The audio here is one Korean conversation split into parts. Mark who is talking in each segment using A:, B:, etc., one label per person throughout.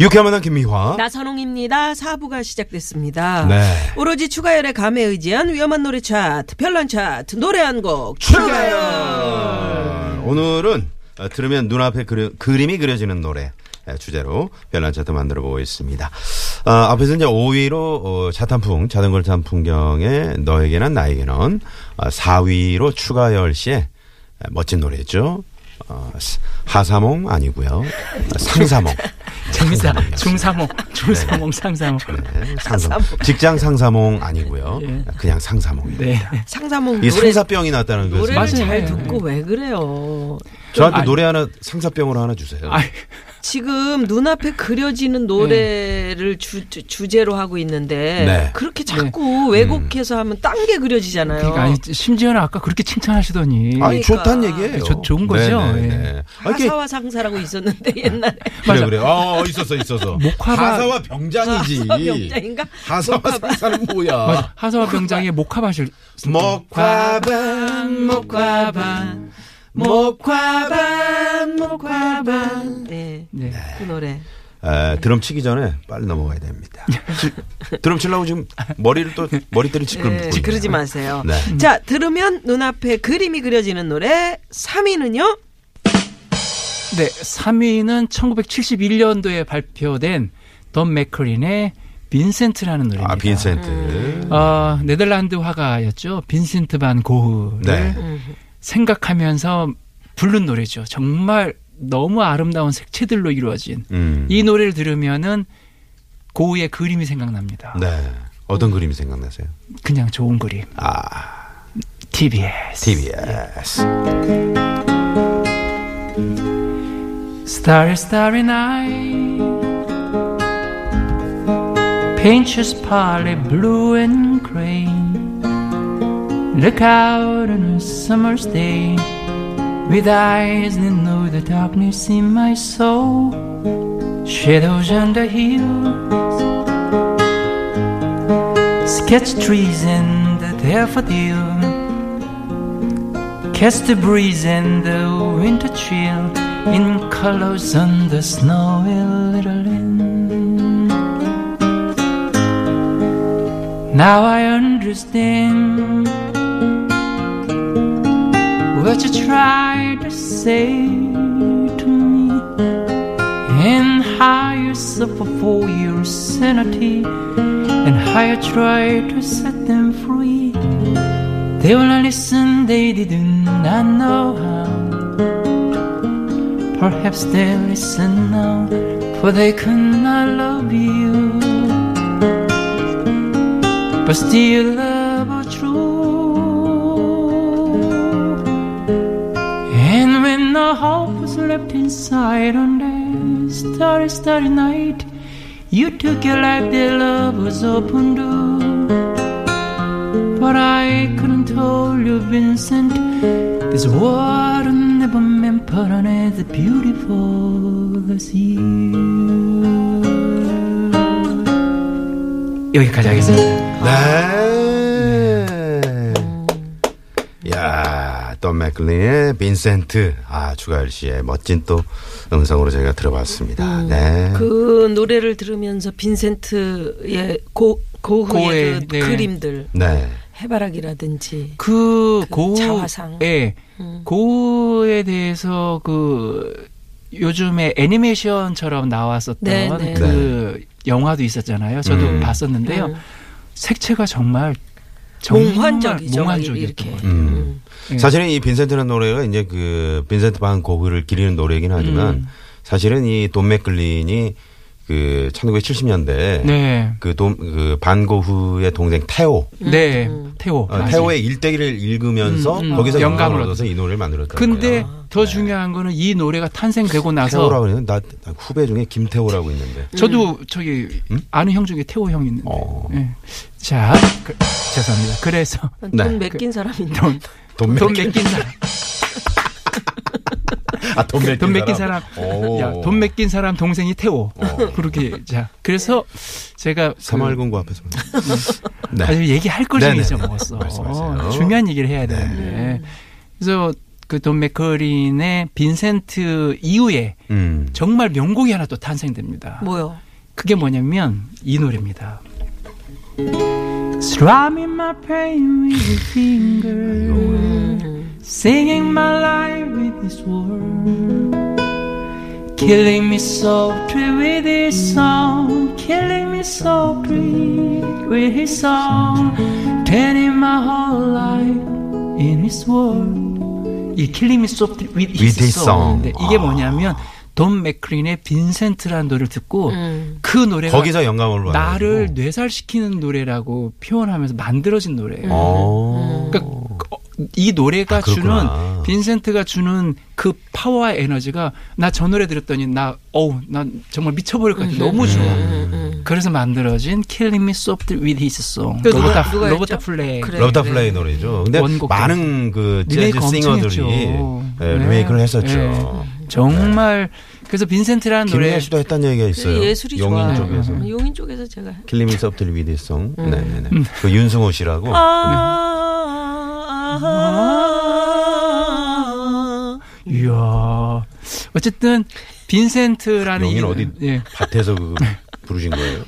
A: 유쾌한 만남 김미화.
B: 나선홍입니다. 사부가 시작됐습니다.
A: 어? 네.
B: 오로지 추가열의 감에 의지한 위험한 노래 차트, 별난 차트, 노래 한 곡 추가열.
A: 오늘은 어, 들으면 눈앞에 그림이 그려지는 노래 예, 주제로 별난 차트 만들어 보고 있습니다. 아, 앞에서 이제 5위로 어, 차탄풍, 자전거 탄 풍경의 너에게는 나에게는 아, 4위로 추가열 씨의 아, 멋진 노래죠. 어, 스- 하사몽 아니고요. 아, 상사몽. 네,
C: 재밌다.
A: 상사몽이었습니다.
C: 중사몽, 중사몽, 상사몽.
A: 네, 상사몽. 직장 상사몽 아니고요. 그냥 상사몽. 입니다
C: 네.
B: 상사몽
A: 이게
B: 예. 노래
A: 상사병이 났다는 거죠.
B: 노래를
C: 맞아요.
B: 잘
C: 네.
B: 듣고 왜 그래요?
A: 저한테
C: 아니.
A: 노래 하나 상사병으로 하나 주세요.
C: 아,
B: 지금 눈앞에
A: 음.
B: 그려지는 노래를 주, 주- 주제로 하고 있는데
A: 네.
B: 그렇게 자꾸 왜곡해서 하면 딴 게 그려지잖아요.
C: 그러니까 아니, 심지어는 아까 그렇게 칭찬하시더니
A: 아니
B: 그러니까.
A: 좋단 얘기예요.
C: 좋- 좋은 거죠? 예.
A: 네네네. 아, 이게
B: 하사와 상사라고 있었는데 옛날에
A: 그래 그래. 어 있었어 있었어.
C: 목화바-
A: 하사와 병장이지.
B: 하사와 병장인가?
A: 하사와 상사는 뭐야?
C: 맞아. 하사와 병장의 목화밭을
A: 목화반
B: 목화반
C: 목화밭 목화밭
B: 네,
C: 네.
B: 그 노래
A: 에, 드럼 치기 전에 빨리 넘어가야 됩니다. 지- 드럼 치려고 지금 머리를 또 머리띠를 지금
B: 네, 그러지 마세요.
A: 예, 네.
B: 자, 들으면 눈앞에 그림이 그려지는 노래 3위는요?
C: 네, 3위는 1971년도에 발표된 덤 맥클린의 빈센트라는 노래입니다.
A: 아 빈센트.
B: 음.
C: 어, 네덜란드 화가였죠. 빈센트 반 고흐를
A: 네.
C: 생각하면서 부른 노래죠. 정말 너무 아름다운 색채들로 이루어진
A: 음.
C: 이 노래를 들으면은 고흐의 그림이 생각납니다.
A: 네. 어떤 그림이 생각나세요?
B: 네.
C: 그냥 좋은 그림.
A: 아
C: TBS.
A: TBS.
C: Starry, starry night. Pinches partly blue and gray. Look out on a summer's day. With eyes that know the darkness in my soul. Shadows on the hills. Sketch trees and the daffodil. Catch the breeze and the winter chill in colors on the snowy little inn. Now I understand what you tried to say to me and how you suffer for your sanity and how you try to set them free. They will not listen, they did not know how. Perhaps they listen now, for they could not love you. But still, love are true. And when the hope was left inside on that starry, starry night, you took it like the love was open door. But I couldn't tell you, Vincent. This water never meant put on as beautiful as you. 여기까지 하겠습니다.
A: 네.
C: 음.
A: 야, 또 맥클린의 빈센트. 아, 주가열 씨의 멋진 또 음성으로 저희가 들어봤습니다.
C: 음.
A: 네.
B: 그 노래를 들으면서 빈센트의 고, 고흐의
C: 고흐의,
B: 그
C: 네.
B: 그림들
A: 네.
B: 해바라기라든지
C: 그, 고,
B: 자화상. 음.
C: 예. 고에 대해서 그, 요즘에 애니메이션처럼 나왔었던
B: 네, 네.
C: 그 영화도 있었잖아요. 저도
A: 음.
C: 봤었는데요.
B: 음.
C: 색채가 정말, 정말
B: 몽환적이죠.
C: 몽환적이었던
B: 이렇게.
C: 것 같아요.
A: 음.
C: 예.
A: 사실은 이 빈센트라는 노래가 이제
C: 음.
A: 그 빈센트 반 고흐를 기리는 노래이긴 하지만 사실은 이 돈 맥클린이 그 1970년대
C: 네.
A: 그돔그 반고흐의 동생 태오
C: 네. 태호.
A: 어,
C: 맞아요.
A: 태오의 일대기를 읽으면서
C: 음, 음.
A: 거기서
C: 영감을
A: 영감을 얻어서 이 노래를 만들었다.
C: 아, 네. 근데 더 중요한 거는 이 노래가 탄생되고 나서
A: 아, 태오라고 그러는 나, 나 후배 중에 김태오라고 있는데
C: 저도 저기 아는 형 중에 태호 형 있는데.
A: 어.
C: 예. 자, 그- 죄송합니다. 그래서
A: 네.
B: 돈 맡긴 사람인데.
C: 돈,
A: 돈
C: 돈
A: 맡긴-
C: 맡긴 사람,
A: 아, 돈 맡긴,
C: 돈 맡긴 사람,
A: 오.
C: 야, 돈 맡긴 사람 동생이 태호.
A: 어.
C: 그렇게 자, 그래서 제가 그-
A: 사마을금고 앞에서 네.
C: 음. 아주 얘기할 걸
A: 네네.
C: 좀 잊어먹었어.
A: 말씀하세요. 네.
C: 중요한 얘기를 해야 되는데. 그래서 그돈 맥커린의 빈센트 이후에
A: 음.
C: 정말 명곡이 하나 또 탄생됩니다.
B: 뭐요?
C: 그게 뭐냐면 이 노래입니다. Strumming my pain with your finger,
B: 음,
C: singing my life with this word, killing me softly with his song, killing me softly with his song, turning my whole life in his word. 이 killing me softly with his,
A: With his song.
C: song. 네, 이게
A: 아.
C: 뭐냐면 돈 맥크린의 빈센트라는 노래를
B: 음,
C: 듣고 그 노래가
A: 거기서 영감을 받아.
C: 나를 뇌살시키는 노래라고 표현하면서 만들어진 노래예요.
A: 어.
C: 그러니까 그- 어, 이 노래가
A: 아, 그렇구나.
C: 주는 빈센트가 주는 그 파워와 에너지가 나 저 노래 들었더니 나 어우 난 정말 미쳐버릴 것 같아
A: 음.
C: 너무 좋아.
B: 음.
C: 그래서 만들어진 Killing Me Softly with His Song.
B: 그 누가-
C: 로버타
B: 누가 했죠?
C: 로버타 플레이.
B: 그래.
A: 네, 러브타 플라이 노래죠. 근데
C: 네. 원곡도.
A: 많은 그 재즈
C: 리메이크 엄청
A: 싱어들이
C: 했죠.
A: 예,
C: 네.
A: 리메이크를 했었죠.
C: 네. 정말 그래서 빈센트라는 노래
A: 김민아 씨도 했다는 얘기가 있어요.
B: 그 예술이
A: 용인
B: 좋아.
A: 쪽에서. 네.
B: 음, 용인 쪽에서 제가.
A: 킬리미 서브틀 위디송. 네네네.
C: 음.
A: 그 윤승호 씨라고.
C: 아,
B: 아, 아,
C: 이야 어쨌든 빈센트라는
A: 용인
C: 이-
A: 어디
C: 예.
A: 밭에서 그 부르신 거예요.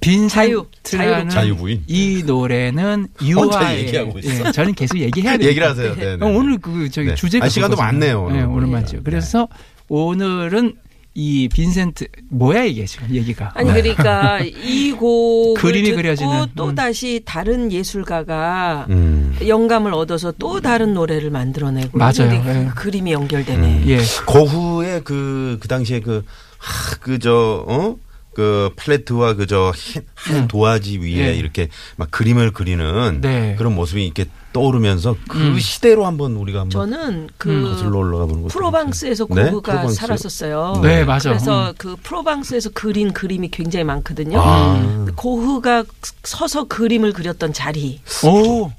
C: 빈센트라는
A: 자유 부인.
C: 이 노래는
A: 혼자
C: 유아
A: 얘기하고 있어.
C: 예, 저는 계속 얘기해야 돼요.
A: 얘기를 하세요. 네, 네.
C: 오늘 그 저기
A: 네.
C: 주제가
A: 아, 시간도
C: 그거거든요.
A: 많네요, 오늘.
C: 네, 오늘 맞죠.
A: 네.
C: 그래서 오늘은 이 빈센트 뭐야 이게 지금 얘기가.
B: 아니 그러니까 이 곡을
C: 네. 그림이
B: 듣고
C: 그려지는,
B: 또
C: 음.
B: 다시 다른 예술가가
A: 음.
B: 영감을 얻어서 또 다른 노래를 만들어내고
C: 맞아요.
B: 근데 그
C: 예.
B: 그림이 연결되네.
C: 예.
A: 고후의 그, 그 당시에 그, 하, 그, 저, 어? 그 팔레트와 그저 한 도화지 위에
C: 예.
A: 이렇게 막 그림을 그리는
C: 네.
A: 그런 모습이 이렇게 떠오르면서 그
C: 음.
A: 시대로 한번 우리가 한번
B: 저는
A: 거슬러
B: 그
A: 올라가 보는 것
B: 프로방스에서
A: 네?
B: 고흐가
A: 프로방스요?
B: 살았었어요.
C: 네, 맞아.
B: 그래서
C: 음.
B: 그 프로방스에서 그린 그림이 굉장히 많거든요.
A: 아.
B: 고흐가 서서 그림을 그렸던 자리.
C: 오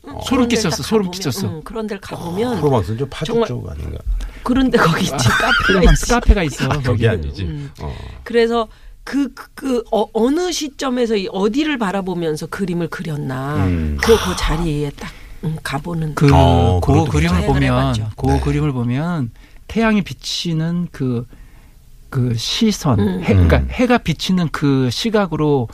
B: 그런 데를
C: 소름 끼쳤어.
B: 딱
C: 소름
B: 가보면,
C: 끼쳤어. 아.
B: 음, 그런 데를 가보면
A: 프로방스는 좀 파주
B: 정말-
A: 쪽 아닌가?
B: 그런데 거기 있지 카페가
C: 프로방스
B: 있어.
C: 아, 카페가 있어. 거기.
A: 그게 아니지.
B: 음.
A: 어.
B: 그래서 그, 그, 그 어, 느 시점에서 이 어디를 바라보면서 그림을 그렸나
A: 음.
B: 그, 그 자리에 딱 음, 가보는
C: 그
A: 어,
C: 고
A: 그것도 네.
C: 그림을
B: 괜찮아요.
C: 보면
B: 해봤죠.
C: 고 그림을 보면 태양이 비치는 그 그 시선, 해, 그러니까
A: 음.
C: 해가 비치는 그 시각으로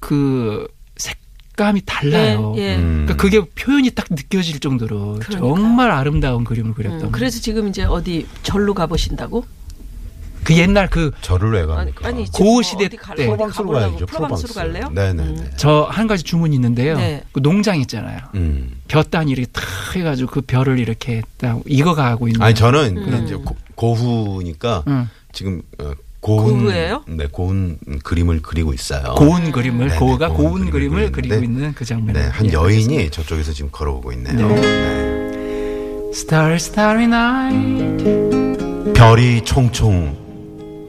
C: 그 색감이 달라요.
B: 예, 예.
A: 음.
C: 그러니까 그게 표현이 딱 느껴질 정도로
B: 그러니까요.
C: 정말 아름다운 그림을 그렸던.
B: 음, 그래서 지금 이제 어디 절로 가보신다고?
C: 그 옛날 그 저
A: 저를 왜
B: 아니,
A: 갑니까?
B: 아니 지금
C: 고흐
B: 뭐
C: 시대
B: 어디 갈래?
C: 때.
A: 프로방스로
B: 가보려고.
A: 가야죠.
B: 프로방스로 갈래요?
A: 네네네.
C: 한 가지 주문이 있는데요.
B: 네.
C: 그 농장 있잖아요.
A: 음.
C: 벼단이 이렇게 탁 해가지고 그 벼를 이렇게 딱 익어가고 있는.
A: 음. 아니 저는 그냥 이제 고- 고후니까
C: 응.
A: 지금 어, 고운
B: 고후예요?
A: 네, 고운 그림을 그리고 있어요.
C: 고운 그림을
A: 네네,
C: 고가
A: 고운
C: 고운
A: 그림을
C: 그림을
A: 그리는데
C: 그리고 있는 그 장면.
A: 네, 한 여인이 저쪽에서 지금 걸어오고 있네요. 네.
C: Starry Starry
A: 음,
C: Night,
A: 별이 총총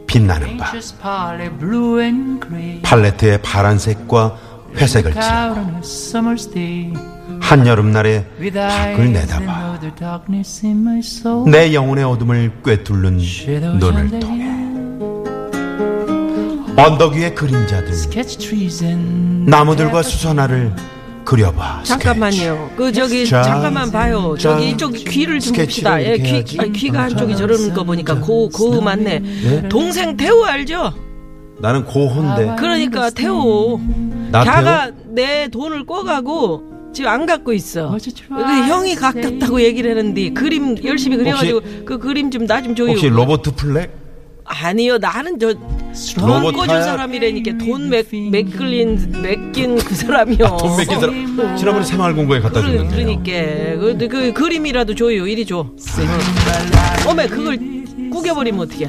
A: 빛나는 밤.
C: anxious Polly blue and gray,
A: 팔레트의 파란색과 회색을 칠한
C: out on a summer's day,
A: 한여름날의
C: with
A: 밖을
C: eyes that
A: 내다봐 음.
C: know the darkness in my soul.
A: 내 영혼의 어둠을 꿰뚫는
C: Shadows on
A: 눈을
C: the
A: 통해
C: hill,
A: 언덕 위의 그림자들
C: catch trees
A: 음.
C: and
A: 나무들과 수선화를 그려봐
B: 잠깐만요. 그 저기
A: 자,
B: 잠깐만 봐요.
A: 자,
B: 저기 이쪽 귀를 좀
A: 스케치를
B: 봅시다. 예,
A: 이렇게
B: 귀
A: 해야지.
B: 아, 귀가 한쪽이 저러는 거 보니까 고 고우 맞네.
A: 네?
B: 동생 태호 알죠?
A: 스케치. 나는 고혼데
B: 그러니까 태호
A: 나태호
B: 자가 내 돈을 꿔가고 지금 안 갖고 있어.
C: What you try
B: 그 형이
C: to
A: 네.
B: 갖겠다고 얘기를 했는데 그림 열심히 그려가지고 그 그림 좀 나 좀 줘요.
A: 혹시 로버트 플렉?
B: 아니요 나는 저
A: 로봇
B: 돈 꿔준
A: 타야?
B: 사람이라니까 돈 맥, 맥글린 맥긴 그 사람이요.
A: 아,
C: 어,
A: 돈 맡긴 사람 지난번에 새마을공고에 갖다
B: 그러,
A: 줬는데 요
B: 그러니까 그, 그 그림이라도 줘요 이리 줘 어메 그걸 구겨버리면 어떡해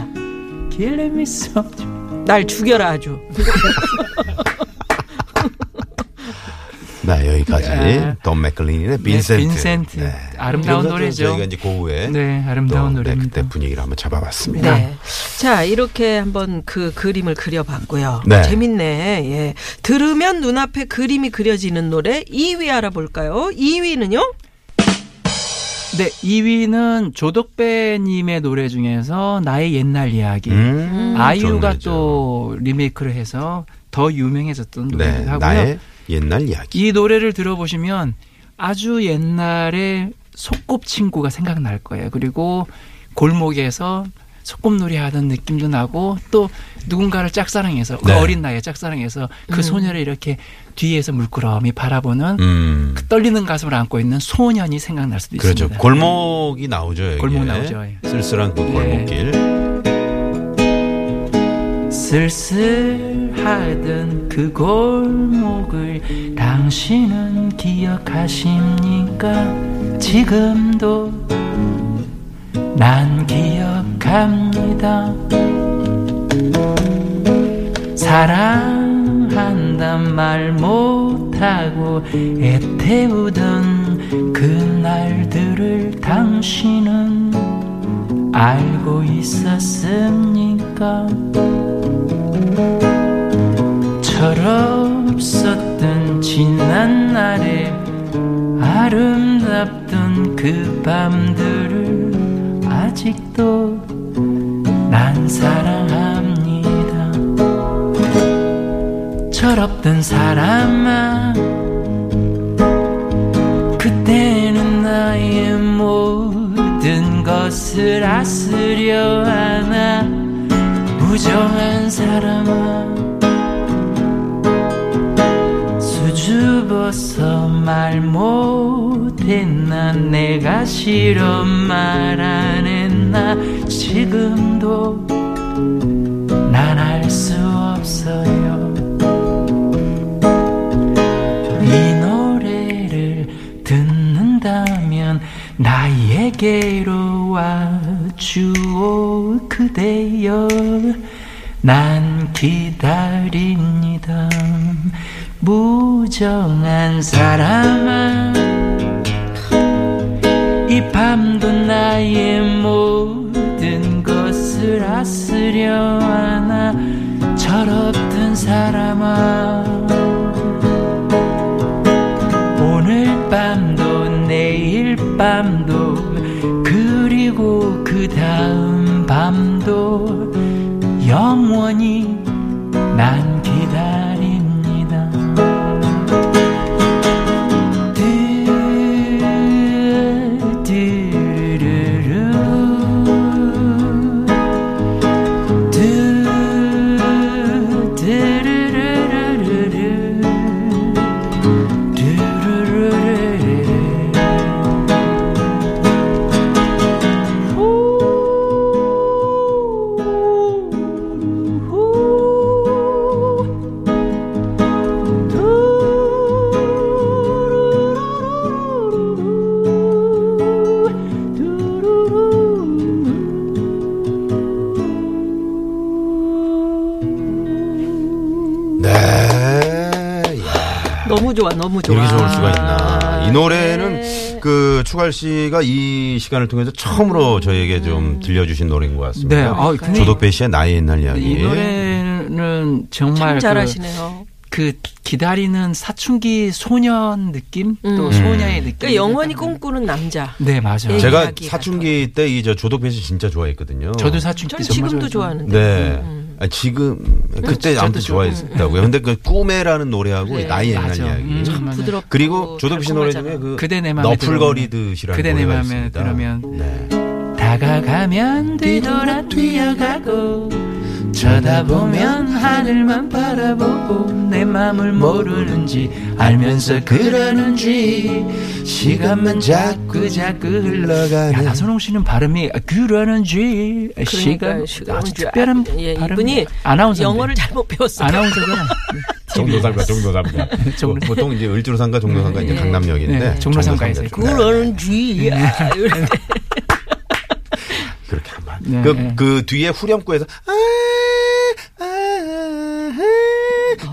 C: killing me softly.
B: 날 죽여라 아주.
A: 네, 여기까지.
C: 네.
A: 돈 맥클린의 빈센트.
C: 빈센트. 아름다운
A: 이런 것들은
C: 노래죠.
A: 저희가 이제 고우에
C: 네,
A: 또,
C: 아름다운
A: 네,
C: 노래입니다.
A: 그때 분위기를 한번 잡아봤습니다.
B: 네. 자, 이렇게 한번 그 그림을 그려봤고요.
A: 네.
B: 재밌네. 예. 들으면 눈앞에 그림이 그려지는 노래 2위 알아볼까요? 2위는요?
C: 네, 2위는 조덕배님의 노래 중에서 나의 옛날 이야기.
A: 음, 좋은
C: 아이유가
A: 노래죠.
C: 또 리메이크를 해서 더 유명해졌던 노래를
A: 네,
C: 하고요.
A: 나의 옛날 이야기.
C: 이 노래를 들어보시면 아주 옛날에 소꿉친구가 생각날 거예요. 그리고 골목에서 소꿉놀이 하던 느낌도 나고 또 누군가를 짝사랑해서 그
A: 네.
C: 어린 나이에 짝사랑해서 그 소녀를 이렇게 뒤에서 물끄러미 바라보는
A: 음,
C: 그 떨리는 가슴을 안고 있는 소년이 생각날 수도
A: 그렇죠.
C: 있습니다.
A: 골목이 나오죠. 여기에.
C: 골목 나오죠, 예.
A: 쓸쓸한 그 골목길.
C: 쓸쓸하던 그 골목을 당신은 기억하십니까? 지금도 난 기억합니다. 사랑한단 말 못하고 애태우던 그날들을 당신은 알고 있었습니까? 철없었던 지난 날에 아름답던 그 밤들을 아직도 난 사랑합니다. 철없던 사람아, 그때는 나의 모든 것을 아스려 하나, 무정한 사람아. 수줍어서 말 못했나 내가 싫어 말 안 했나 지금도 난 알 수 없어요 이 노래를 듣는다면 나에게로 와주오 그대여 난 기다립니다 무정한 사람아 이 밤도 나의 모든 것을 아스려 하나 철없던 사람아 오늘 밤도 내일 밤도 그리고 그 다음 밤도 영원히 난 기다립니다. 뚜, 뚜루루루. 뚜, 뚜루루루루루.
A: 네. 야.
B: 너무 좋아, 너무 좋아.
A: 이렇게 좋을 수가 있나. 이
C: 네.
A: 노래는 그 추갈 씨가 이 시간을 통해서 처음으로 저에게 좀 들려주신 노래인 것 같습니다.
C: 네, 아, 근데
A: 조덕배 씨의 나의 옛날 이야기.
C: 이 노래는
B: 참
C: 정말 그
B: 잘하시네요. 그러니까
C: 그 기다리는 사춘기 소년 느낌 또
B: 음.
C: 소녀의
B: 그
C: 느낌.
B: 러니까 영원히 꿈꾸는 남자.
C: 네 맞아요.
B: 예.
A: 제가
B: 이야기
A: 사춘기 때 이 저 조덕배 씨 진짜 좋아했거든요.
C: 저도 사춘기
B: 저는
C: 정말
B: 지금도
C: 좋아했어요.
B: 좋아하는데.
A: 네.
B: 음.
A: 아, 지금 그때
C: 저도
A: 아무튼
C: 좀-
A: 좋아했다고요. 근데 그 꿈에라는 노래하고
B: 네, 어,
A: 나의 옛날
C: 맞아.
A: 이야기.
C: 음.
B: 참
C: 맞아요.
B: 부드럽고.
A: 네. 그리고 조덕배 씨 노래 중에 그
C: 그대 내 맘에
A: 너풀거리듯이라는
C: 그대 내
A: 노래가
C: 맘에
A: 있습니다.
C: 들으면
A: 네.
C: 다가가면 뒤돌아 뛰어가고 쳐다보면 하늘만 바라보고 내 맘을 모르는지 알면서 그러는지 시간만 자꾸 자꾸 흘러가네 야 나선홍 씨는 발음이 그러는지
B: 그러니까
C: 시간 아주 특별한
B: 예,
C: 발음
B: 이분이
C: 아나운서
B: 영어를 잘못 배웠어요.
C: 아나운서잖아
A: 종로삼가 종로삼가. 뭐
C: 종로-
A: 보통 이제 을주로삼가 종로삼가 이제 강남역인데
C: 네, 종로삼가에서
A: 종로삼가. 네.
B: 그런 쥐. 아, 이렇게.
A: 그렇게 한 번.
C: 네.
A: 그, 그 뒤에 후렴구에서 아, 아,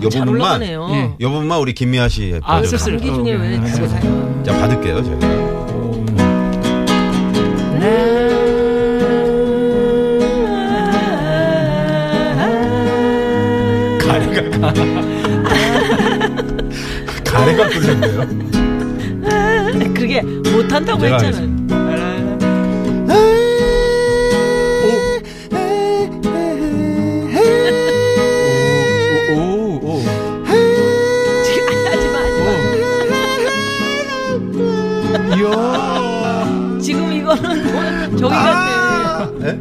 A: 요
B: 잘
A: 부분만
B: 올라가네요.
C: 예.
A: 요 부분만 우리 김미아 씨
C: 아,
A: 버전으로.
C: 씁쓸.
B: 감기 중에 왜
C: 어,
B: 죽을 사요?
A: 자 받을게요 저희.
B: 네.
A: 가래가 가래가 부르는데요.
B: 그게 못한다고
A: 제가
B: 했잖아요.
C: 오, 오, 오.
B: 하지마, 하지마.
C: 이야.
B: 지금 이거는 뭐 저기 같아.
A: 네?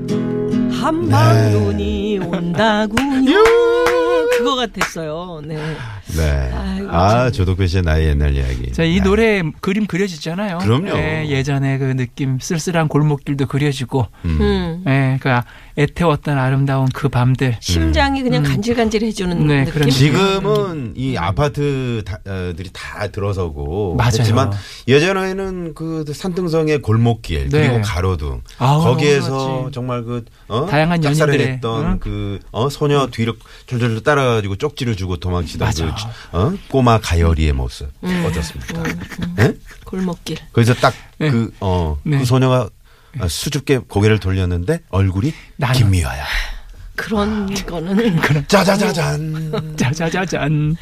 B: 한밤 눈이 온다군요. 그거 같았어요. 네.
A: 네.
B: 아이고,
A: 아 조덕배 씨의 나의 옛날 이야기.
C: 자, 이
A: 네.
C: 노래 그림 그려지잖아요.
A: 그럼요.
C: 예, 예전에 그 느낌, 쓸쓸한 골목길도 그려지고,
A: 음.
B: 음.
C: 예, 그 애태웠던 아름다운 그 밤들.
B: 심장이 그냥 간질간질해주는
C: 네,
B: 느낌.
C: 그런
A: 음. 지금은 이 아파트들이 다 들어서고
C: 맞아요.
A: 했지만 예전에는 그 산등성의 골목길
C: 네.
A: 그리고 가로등
C: 아우, 너무
A: 거기에서
C: 많았지.
A: 정말 그 어?
C: 다양한
A: 짝사랑
C: 연인들의,
A: 했던
C: 응?
A: 그 어? 소녀 뒤로 졸졸 따라가지고 쪽지를 주고 도망치던
C: 맞아. 음.
A: 그 어? 꼬마 가열이의 모습 어떻습니까? 예?
B: 음. 골목길.
A: 거기서 딱
C: 네.
A: 그 어,
C: 네.
A: 그 소녀가 수줍게 고개를 돌렸는데 얼굴이
C: 나요.
A: 김미화야.
B: 그런 거는
A: 짜자자잔.
B: 음.
C: 짜자자잔.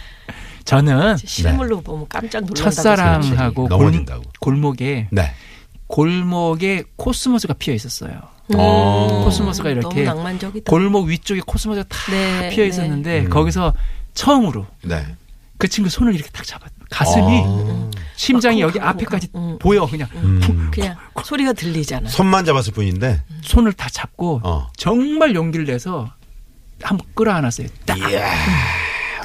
C: 저는
B: 실물로 보면 깜짝 놀란다.
C: 네. 첫사랑하고 골,
A: 넘어진다고.
C: 골목에
A: 네.
C: 골목에 코스모스가 피어 있었어요.
A: 어.
C: 코스모스가
B: 너무
C: 이렇게
B: 낭만적이다.
C: 골목 위쪽에 코스모스가 다
B: 네,
C: 피어 있었는데 거기서 처음으로
A: 네.
C: 그 친구 손을 이렇게 딱 잡았. 가슴이
A: 아.
C: 심장이
B: 아,
C: 여기
B: 콩, 콩,
C: 앞에까지
B: 콩. 음.
C: 보여 그냥
B: 그냥 소리가 들리잖아.
A: 손만 잡았을 뿐인데.
B: 음.
C: 손을 다 잡고
A: 어.
C: 정말 용기를 내서 한번 끌어안았어요. 딱.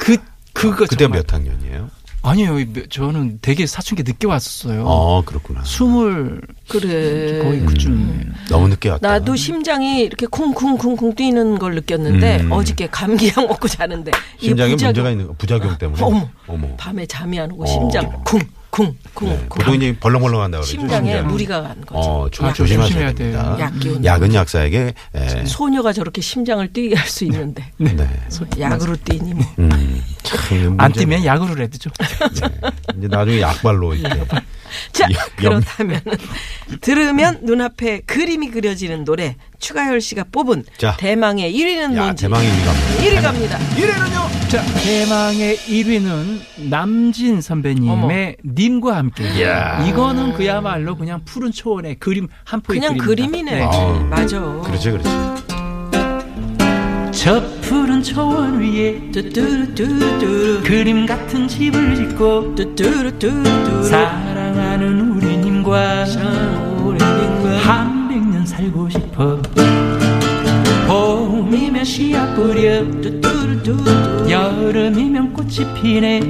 C: 그 그거
A: 아, 그때
C: 정말.
A: 몇 학년이에요?
C: 아니에요. 몇- 저는 되게 사춘기 늦게 왔었어요.
A: 어, 음. 그렇구나.
C: 스물
B: 그래.
C: 거의 그쯤. 네.
A: 너무 늦게 왔다.
B: 나도 심장이 이렇게 쿵쿵쿵쿵 뛰는 걸 느꼈는데
A: 음.
B: 어저께 감기약 먹고 자는데 이게
A: 심장에
B: 부작용-
A: 문제가 있는 거, 부작용 때문에.
B: 어머.
A: 어머.
B: 밤에 잠이 안 오고
A: 어.
B: 심장 쿵쿵쿵쿵
A: 네. 보통 이제 벌렁벌렁 한다 그러죠.
B: 심장에 아,
A: 심장이.
B: 무리가 간 거죠.
A: 어, 조,
C: 약
A: 조심하셔야
C: 조심해야 돼요.
A: 됩니다.
B: 약 기운.
A: 약은 약사에게 예, 에,
B: 소녀가 저렇게 심장을 뛰게 할 수 있는데
A: 네.
B: 약으로 뛰니 뭐.
A: 음, 참, 이게
C: 안
A: 문제가-
C: 뛰면 약으로 해도죠.
A: 네. 이제 나중에 약발로 이렇게
B: 자
A: 여- 여-
B: 그렇다면 들으면 눈앞에 그림이 그려지는 노래 추가열 씨가 뽑은
A: 자.
B: 대망의 1위는
A: 야,
B: 뭔지
A: 대망의 일감.
B: 1위 갑니다.
C: 자, 대망의 1위는 남진 선배님의
B: 어머.
C: 님과 함께.
A: 이야.
C: 이거는 그야말로 그냥 푸른 초원의 그림 한 포의
B: 그냥
C: 그림입니다.
B: 그림이네.
A: 아.
B: 맞아.
A: 그렇지, 그렇지.
C: 네. 저 푸른 초원 위에
B: 뚜뚜루뚜뚜루
C: 그림 같은 집을 짓고
B: 뚜뚜루뚜뚜루
C: 사랑하는 우리님과 한 백년 살고 싶어 봄이면 씨앗 뿌려 여름이면 꽃이 피네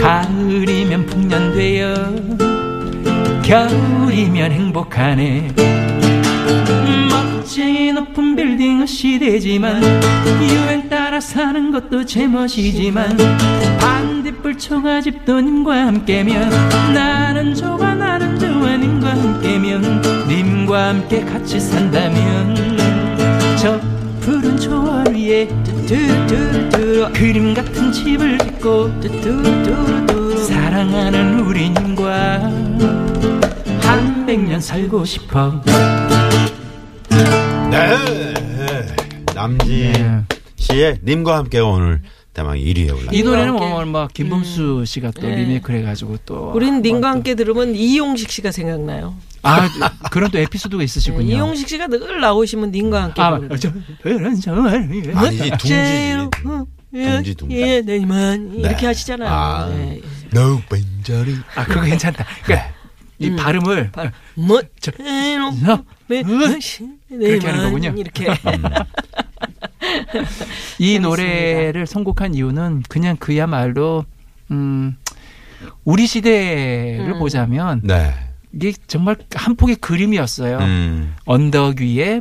C: 가을이면 풍년되어 겨울이면 행복하네 멋쟁이 높은 빌딩은 시대지만 유행 따라 사는 것도 제멋이지만 반딧불 총아집도 님과 함께면 나는 좋아 나는 좋아 님과 함께면 님과 함께 같이 산다면 저 푸른 초원 위에 그림 같은 집을 짓고 사랑하는 우리님과 한 백년 살고 싶어.
A: 네. 남진
B: 네.
A: 씨의 님과 함께 오늘 대망 1위에 올라.
C: 이 노래는
B: 함께.
C: 뭐, 뭐 김범수 씨가 또 리메이크를 해가지고 또
B: 음. 네. 우린 님과
C: 뭐 또-
B: 함께 들으면 이용식 씨가 생각나요.
C: 아 그런 또 에피소드가 있으시군요.
B: 네, 이용식 씨가 늘 나오시면 님과 함께
C: 아
B: 부르는
C: 저, 저런 정말 예.
A: 아니지,
B: 제일,
A: 둥지.
B: 어, 예,
A: 둥지, 둥지.
B: 예, 내만 이렇게 하시잖아요.
A: 아.
B: 예, 예.
D: No, benjamin
C: 아 그거 괜찮다. 그러니까
B: 음.
C: 이 발음을
B: 바- 뭐,
C: 저-
B: 제일,
C: 저-
B: 매-
C: 그렇게 하는
B: 내만
C: 거군요.
B: 네, 이렇게
C: 이 노래를 선곡한 이유는 그냥 그야말로 음 우리 시대를
B: 음.
C: 보자면
A: 네.
C: 이게 정말 한 폭의 그림이었어요.
A: 음.
C: 언덕 위에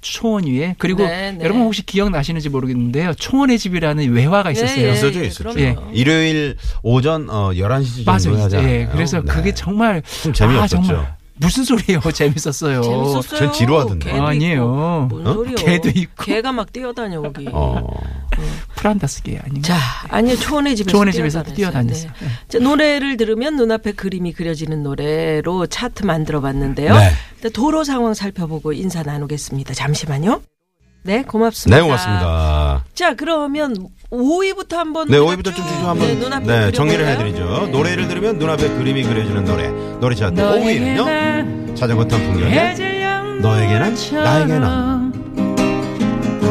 C: 초원 위에 그리고
B: 네, 네.
C: 여러분 혹시 기억나시는지 모르겠는데요. 초원의 집이라는 외화가 있었어요.
B: 예,
A: 있었죠,
B: 예,
A: 있었죠.
B: 그럼요.
A: 일요일 오전 어, 11시 정도
C: 맞아요.
A: 하지 않아요?
C: 예. 그래서
A: 네.
C: 그게 정말
A: 좀 재미없었죠.
C: 아, 정말 무슨 소리예요? 재밌었어요. 아,
B: 재밌었어요.
A: 전 지루하던데.
B: 개도 있고.
C: 아니에요.
B: 뭔
A: 어?
B: 소리요?
C: 개도 있고.
B: 개가 막 뛰어다녀 거기.
A: 어.
C: 프란다스게 아닌가?
B: 자, 아니요 초원의 집에서
C: 초원의 집에서
B: 뛰어다녔어요.
C: 뛰어다녔어요.
B: 네. 자, 노래를 들으면 눈앞에 그림이 그려지는 노래로 차트 만들어봤는데요.
A: 네.
B: 일단 도로 상황 살펴보고 인사 나누겠습니다. 잠시만요. 네, 고맙습니다.
A: 네, 고맙습니다.
B: 자, 그러면 5위부터 한번
A: 네,
B: 우리가
A: 오이부터
B: 쭉,
A: 쭉쭉 한번
B: 눈앞에
A: 네,
B: 그려볼까요?
A: 정리를 해드리죠.
B: 네.
A: 노래를 들으면 눈앞에 그림이 그려지는 노래. 노래 차트
C: 너에게
A: 5위는요.
C: 난
A: 자전거 탄
B: 네.
A: 풍경에
C: 해질
A: 너에게는
C: 양처럼
A: 나에게는.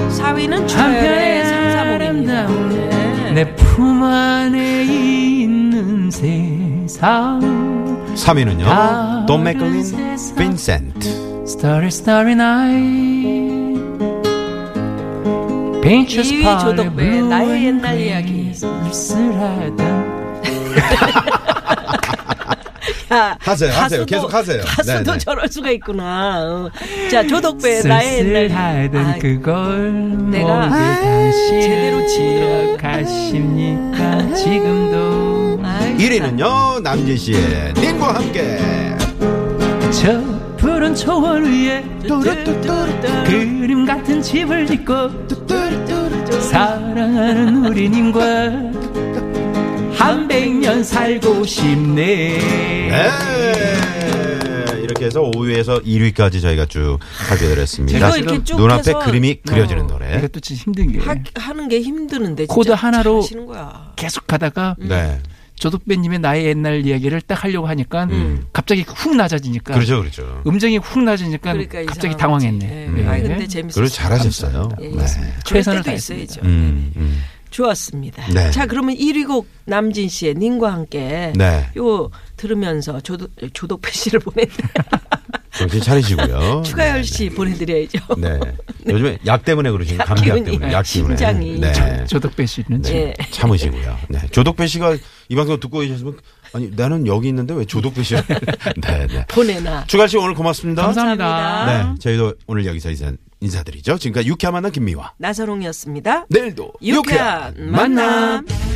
B: 4위는 주연의
C: 한편의
B: 상사모입니다. 네.
C: 아름다운 내 품 안에 있는 세상
A: 3위는요.
B: 아,
C: 다른
A: 돈 맥클린,
C: 세상.
A: 빈센트.
C: Starry Starry Night Pinches
B: 이위 조덕배, 나의 옛날 이야기.
C: 쓸쓸하다
A: 하세요, 하세요. 계속 하세요.
B: 아, 가수도
A: 네, 네.
B: 저럴 수가 있구나. 어. 자, 조덕배 나의 옛날. 아,
C: 쓸쓸하던 그걸
B: 내가
C: 모두
B: 아이,
C: 다시
B: 제대로 치더라고요.
C: 기억하십니까 지금도
B: 아이,
A: 1위는요. 남진 씨의 님과 함께.
C: 저 푸른 초원 위에 그림 같은 집을 짓고 사랑하는 우리님과 한 백 년 살고 싶네.
A: 네. 이렇게 해서 5위에서 1위까지 저희가 쭉 하게 됐습니다.
B: 제가 이렇게 쭉
A: 눈앞에
B: 해서-
A: 그림이 그려지는
B: 어.
A: 노래.
C: 이것도 참 힘든 게
B: 하, 하는 게 힘드는데 진짜
C: 코드 하나로
B: 잘하시는 거야.
C: 계속 가다가
A: 네.
C: 조덕배님의 나의 옛날 이야기를 딱 하려고 하니까
A: 음.
C: 갑자기 훅 낮아지니까
A: 그렇죠, 그렇죠.
C: 음정이 훅 낮아지니까
B: 그러니까
C: 갑자기
B: 이상하지.
C: 당황했네.
B: 예.
C: 네.
B: 아니 근데 재밌었어요.
A: 음. 그걸 잘하셨어요.
B: 예,
A: 네.
B: 있습니다. 그럴
C: 최선을
B: 때도
C: 다했습니다.
B: 있어야죠.
A: 음, 음.
B: 좋았습니다.
A: 네.
B: 자, 그러면 1위 곡 남진 씨의 님과 함께
A: 네.
B: 요 들으면서 조도, 조덕배 씨를 보내드려
A: 정신 차리시고요.
B: 추가열
A: 네,
B: 씨 보내드려야죠.
A: 네. 요즘에 약 때문에 그러시고 감기약
B: 기운이,
A: 때문에 약 때문에.
B: 심장이.
A: 네.
C: 조덕배 씨는
A: 네.
B: 예.
A: 참으시고요. 네. 조덕배 씨가 이 방송 듣고 계셨으면 아니 나는 여기 있는데 왜 조덕배 씨야? 네, 네.
B: 보내놔.
A: 주갈 씨 오늘 고맙습니다.
C: 감사합니다.
B: 감사합니다.
A: 네. 저희도 오늘 여기서 인사, 인사드리죠. 지금까지 유쾌한 만남 김미화.
B: 나선홍이었습니다.
A: 내일도
B: 유쾌한 만남.
A: 만남.